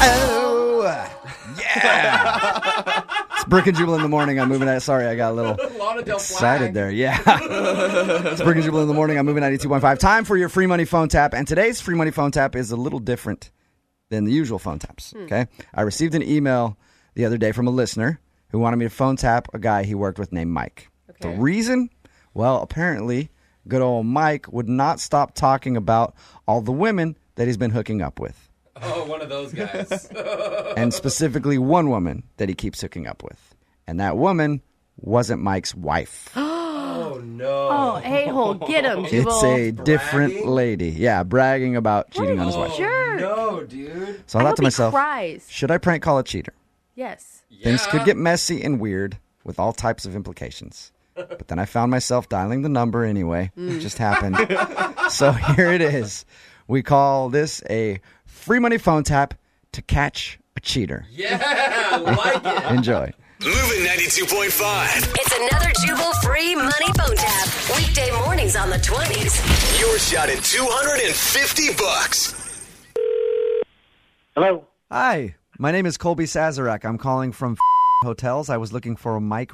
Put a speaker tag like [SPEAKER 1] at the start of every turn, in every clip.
[SPEAKER 1] Oh, yeah. it's Brick and Jubal in the morning. I'm moving. Out. Sorry, I got a little
[SPEAKER 2] Lana Del
[SPEAKER 1] excited there. Yeah. it's Brick and Jubal in the morning. I'm moving 92.5. Time for your free money phone tap. And today's free money phone tap is a little different than the usual phone taps. Okay. I received an email the other day from a listener who wanted me to phone tap a guy he worked with named Mike. The reason? Well, apparently, good old Mike would not stop talking about all the women that he's been hooking up with
[SPEAKER 2] Oh, one of those guys.
[SPEAKER 1] and specifically one woman that he keeps hooking up with. And that woman wasn't Mike's wife.
[SPEAKER 2] oh no.
[SPEAKER 3] Oh, a hole, get him,
[SPEAKER 1] It's
[SPEAKER 3] Jubal.
[SPEAKER 1] a different
[SPEAKER 2] Bragging?
[SPEAKER 1] lady. Yeah, bragging about cheating on his wife.
[SPEAKER 3] jerk.
[SPEAKER 2] No, dude.
[SPEAKER 1] So I
[SPEAKER 3] I
[SPEAKER 1] thought
[SPEAKER 3] hope
[SPEAKER 1] to
[SPEAKER 3] he
[SPEAKER 1] myself,
[SPEAKER 3] cries.
[SPEAKER 1] should I prank call a cheater?
[SPEAKER 3] Yes.
[SPEAKER 1] Things could get messy and weird with all types of implications. But then I found myself dialing the number anyway.
[SPEAKER 3] Mm.
[SPEAKER 1] It just happened. so here it is. We call this a free money phone tap to catch a cheater.
[SPEAKER 2] Yeah, like it.
[SPEAKER 1] Enjoy.
[SPEAKER 4] Moving 92.5.
[SPEAKER 5] It's another Jubal free money phone tap. Weekday mornings on the 20s.
[SPEAKER 4] Your shot at 250 bucks.
[SPEAKER 6] Hello.
[SPEAKER 1] Hi, my name is Colby Sazerac. I'm calling from hotels. I was looking for a mic.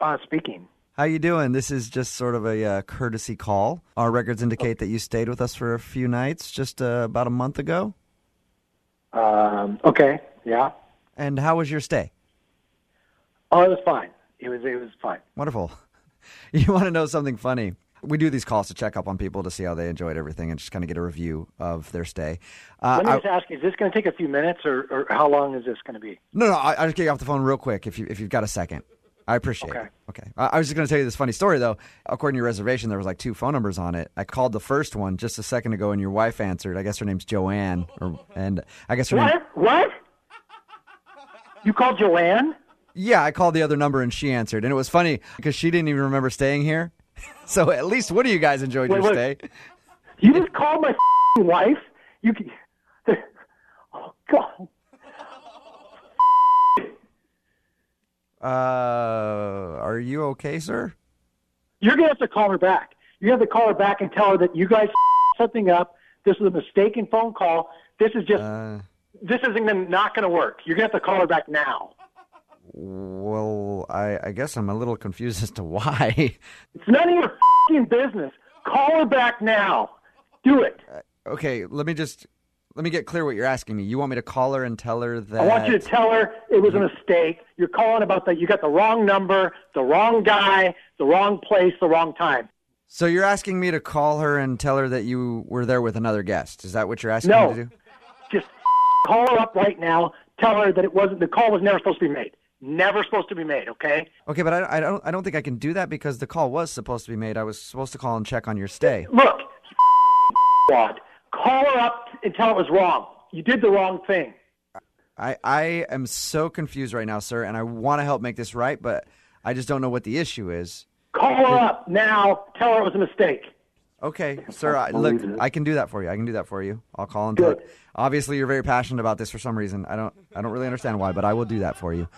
[SPEAKER 6] Uh, speaking.
[SPEAKER 1] How you doing? This is just sort of a uh, courtesy call. Our records indicate that you stayed with us for a few nights just uh, about a month ago.
[SPEAKER 6] Um, okay. Yeah.
[SPEAKER 1] And how was your stay?
[SPEAKER 6] Oh, it was fine. It was. It was fine.
[SPEAKER 1] Wonderful. You want to know something funny? We do these calls to check up on people to see how they enjoyed everything and just kind of get a review of their stay. Uh,
[SPEAKER 6] Let me
[SPEAKER 1] I-
[SPEAKER 6] just ask you: Is this going to take a few minutes, or, or how long is this going to be?
[SPEAKER 1] No, no, I, I'll just get you off the phone real quick if you if you've got a second. I appreciate
[SPEAKER 6] Okay.
[SPEAKER 1] it. Okay. I, I was just going to tell you this funny story though. According to your reservation, there was like two phone numbers on it. I called the first one just a second ago, and your wife answered. I guess her name's Joanne, or, and I guess her name.
[SPEAKER 6] What? What? You called Joanne?
[SPEAKER 1] Yeah, I called the other number, and she answered, and it was funny because she didn't even remember staying here. so at least one of you guys enjoyed
[SPEAKER 6] Wait,
[SPEAKER 1] your
[SPEAKER 6] wait.
[SPEAKER 1] stay.
[SPEAKER 6] You just called my f***ing wife? You? c- Oh God.
[SPEAKER 1] Uh, are you okay, sir?
[SPEAKER 6] You're going to have to call her back. You have to call her back and tell her that you guys f***ed something up. This is a mistaken phone call. This is just. this isn't gonna, not going to work. You're going to have to call her back now.
[SPEAKER 1] Well, I, I guess I'm a little confused as to why.
[SPEAKER 6] It's none of your fing business. Call her back now. Do it.
[SPEAKER 1] okay, let me just let me get clear what you're asking me. You want me to call her and tell her that
[SPEAKER 6] I want you to tell her it was a mistake. You're calling about that. You got the wrong number, the wrong guy, the wrong place, the wrong time.
[SPEAKER 1] So you're asking me to call her and tell her that you were there with another guest. Is that what you're asking me to
[SPEAKER 6] No,
[SPEAKER 1] do?
[SPEAKER 6] just call her up right now. Tell her that it wasn't. The call was never supposed to be made. Never supposed to be made. Okay.
[SPEAKER 1] Okay, but I, I don't I don't think I can do that because the call was supposed to be made. I was supposed to call and check on your stay.
[SPEAKER 6] Look, wad. Call her up and tell her it was wrong. You did the wrong thing.
[SPEAKER 1] I I am so confused right now, sir, and I want to help make this right, but I just don't know what the issue is.
[SPEAKER 6] Call her up now. Tell her it was a mistake.
[SPEAKER 1] Okay, sir. I, look, I can do that for you. I can do that for you. I'll call and tell.
[SPEAKER 6] Good.
[SPEAKER 1] Obviously, you're very passionate about this for some reason. I don't. I don't really understand why, but I will do that for you.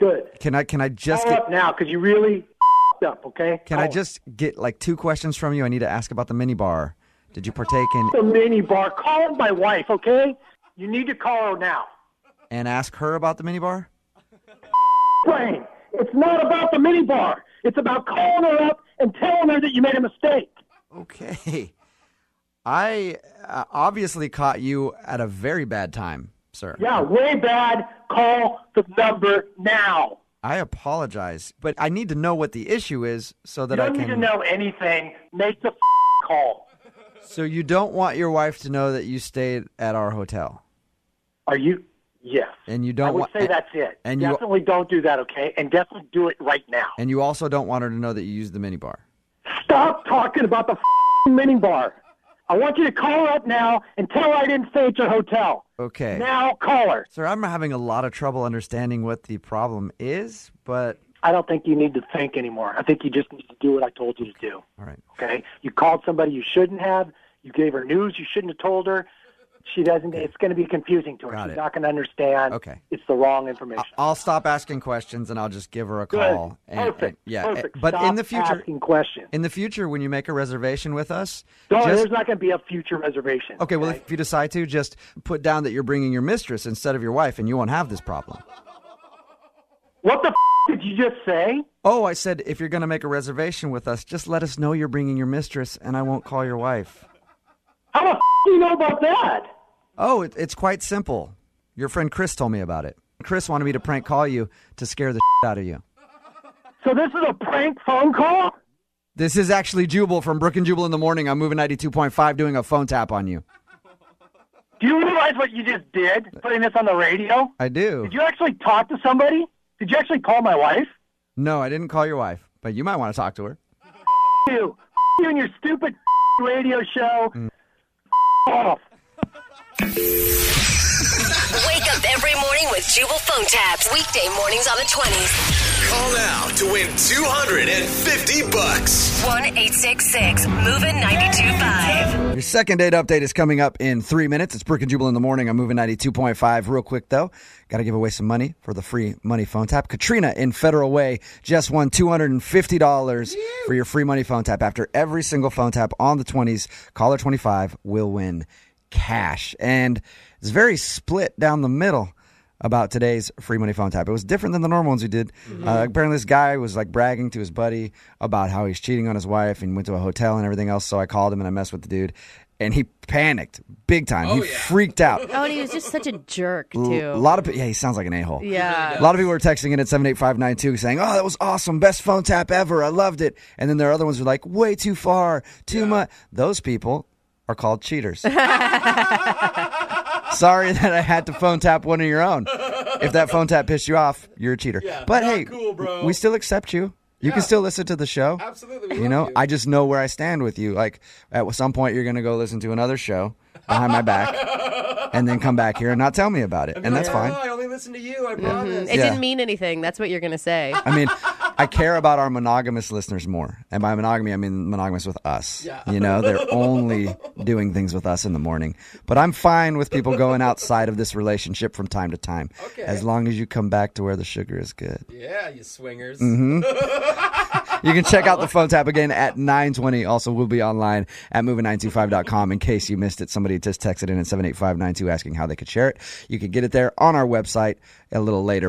[SPEAKER 6] Good.
[SPEAKER 1] Can I? Can I just
[SPEAKER 6] Call her
[SPEAKER 1] get?
[SPEAKER 6] up now because you really fed up. Okay. Oh.
[SPEAKER 1] Can I just get like two questions from you? I need to ask about the mini bar. Did you partake in
[SPEAKER 6] the mini bar? Call my wife. Okay. You need to call her now.
[SPEAKER 1] and ask her about the mini bar?
[SPEAKER 6] Playing. It's not about the mini bar. It's about calling her up and telling her that you made a mistake.
[SPEAKER 1] Okay. I uh, obviously caught you at a very bad time, sir.
[SPEAKER 6] Yeah, way bad. Call the number now.
[SPEAKER 1] I apologize, but I need to know what the issue is so that
[SPEAKER 6] You don't
[SPEAKER 1] I
[SPEAKER 6] need
[SPEAKER 1] can
[SPEAKER 6] to know anything. Make the f- call.
[SPEAKER 1] So you don't want your wife to know that you stayed at our hotel.
[SPEAKER 6] Are you? Yes.
[SPEAKER 1] And you don't
[SPEAKER 6] I would
[SPEAKER 1] want-
[SPEAKER 6] say
[SPEAKER 1] and-
[SPEAKER 6] that's it.
[SPEAKER 1] and you-
[SPEAKER 6] definitely don't do that. Okay. And definitely do it right now.
[SPEAKER 1] And you also don't want her to know that you used the mini bar.
[SPEAKER 6] Stop talking about the f***ing mini bar. I want you to call her up now and tell her I didn't stay at your hotel.
[SPEAKER 1] Okay.
[SPEAKER 6] Now call her.
[SPEAKER 1] Sir, I'm having a lot of trouble understanding what the problem is, but
[SPEAKER 6] I don't think you need to think anymore. I think you just need to do what I told you to do.
[SPEAKER 1] all right.
[SPEAKER 6] Okay? You called somebody you shouldn't have. You gave her news you shouldn't have told her. She doesn't. It's going to be confusing to her.
[SPEAKER 1] Got
[SPEAKER 6] She's
[SPEAKER 1] it.
[SPEAKER 6] not going to understand.
[SPEAKER 1] Okay.
[SPEAKER 6] It's the wrong information.
[SPEAKER 1] I'll stop asking questions and I'll just give her a
[SPEAKER 6] Good.
[SPEAKER 1] call. And, and-
[SPEAKER 6] perfect.
[SPEAKER 1] yeah. and-
[SPEAKER 6] Perfect.
[SPEAKER 1] But
[SPEAKER 6] Stop
[SPEAKER 1] in the future,
[SPEAKER 6] asking questions.
[SPEAKER 1] in the future, when you make a reservation with us,
[SPEAKER 6] No,
[SPEAKER 1] just,
[SPEAKER 6] there's not going to be a future reservation.
[SPEAKER 1] okay. Well, if you decide to, just put down that you're bringing your mistress instead of your wife, and you won't have this problem.
[SPEAKER 6] What the f- did you just say?
[SPEAKER 1] Oh, I said if you're going to make a reservation with us, just let us know you're bringing your mistress, and I won't call your wife.
[SPEAKER 6] How the f- do you know about that?
[SPEAKER 1] Oh, it, it's quite simple. Your friend Chris told me about it. Chris wanted me to prank call you to scare the shit out of you.
[SPEAKER 6] So this is a prank phone call?
[SPEAKER 1] This is actually Jubal from Brook and Jubal in the morning. I'm moving 92.5 doing a phone tap on you.
[SPEAKER 6] Do you realize what you just did? Putting this on the radio?
[SPEAKER 1] I do.
[SPEAKER 6] Did you actually talk to somebody? Did you actually call my wife?
[SPEAKER 1] No, I didn't call your wife, but you might want to talk to her.
[SPEAKER 6] F- you. F- you and your stupid f- radio show. F- off.
[SPEAKER 5] Wake up every morning with Jubal phone taps. Weekday mornings on the 20s.
[SPEAKER 4] Call now to win 250 bucks.
[SPEAKER 5] 1 866 Moving 925.
[SPEAKER 1] Your second date update is coming up in three minutes. It's Brook and Jubal in the morning. I'm moving 92.5 real quick, though. Got to give away some money for the free money phone tap. Katrina in Federal Way just won $250 for your free money phone tap. After every single phone tap on the 20s, caller 25 will win cash. And it's very split down the middle. about today's free money phone tap. It was different than the normal ones we did. Uh, apparently, this guy was like bragging to his buddy about how he's cheating on his wife and went to a hotel and everything else. So I called him and I messed with the dude, and he panicked big time. he freaked out.
[SPEAKER 3] Oh, and he was just such a jerk, too.
[SPEAKER 1] A lot of pe- yeah, he sounds like an a hole. A
[SPEAKER 3] yeah.
[SPEAKER 1] lot of people were texting in at 78592 saying, Oh, that was awesome. Best phone tap ever. I loved it. And then there are other ones who are like, Way too far. Too much. Those people are called cheaters. Sorry that I had to phone tap one of your own. If that phone tap pissed you off, you're a cheater. but
[SPEAKER 2] not
[SPEAKER 1] hey,
[SPEAKER 2] cool, bro.
[SPEAKER 1] we still accept you. You can still listen to the show.
[SPEAKER 2] Absolutely, we
[SPEAKER 1] You
[SPEAKER 2] love
[SPEAKER 1] know,
[SPEAKER 2] you.
[SPEAKER 1] I just know where I stand with you. Like, at some point, you're going to go listen to another show behind my back and then come back here and not tell me about it. And that's fine. Mm-hmm.
[SPEAKER 2] No, I only listen to you. I promise.
[SPEAKER 3] It
[SPEAKER 1] Yeah.
[SPEAKER 3] didn't mean anything. That's what you're going to say.
[SPEAKER 1] I mean, I care about our monogamous listeners more. And by monogamy, I mean monogamous with us. You know, they're only doing things with us in the morning. But I'm fine with people going outside of this relationship from time to time.
[SPEAKER 2] Okay.
[SPEAKER 1] As long as you come back to where the sugar is good.
[SPEAKER 2] Yeah, you swingers.
[SPEAKER 1] Mm-hmm. You can check out the phone tap again at 920. Also, we'll be online at moving925.com in case you missed it. Somebody just texted in at 78592 asking how they could share it. You can get it there on our website a little later.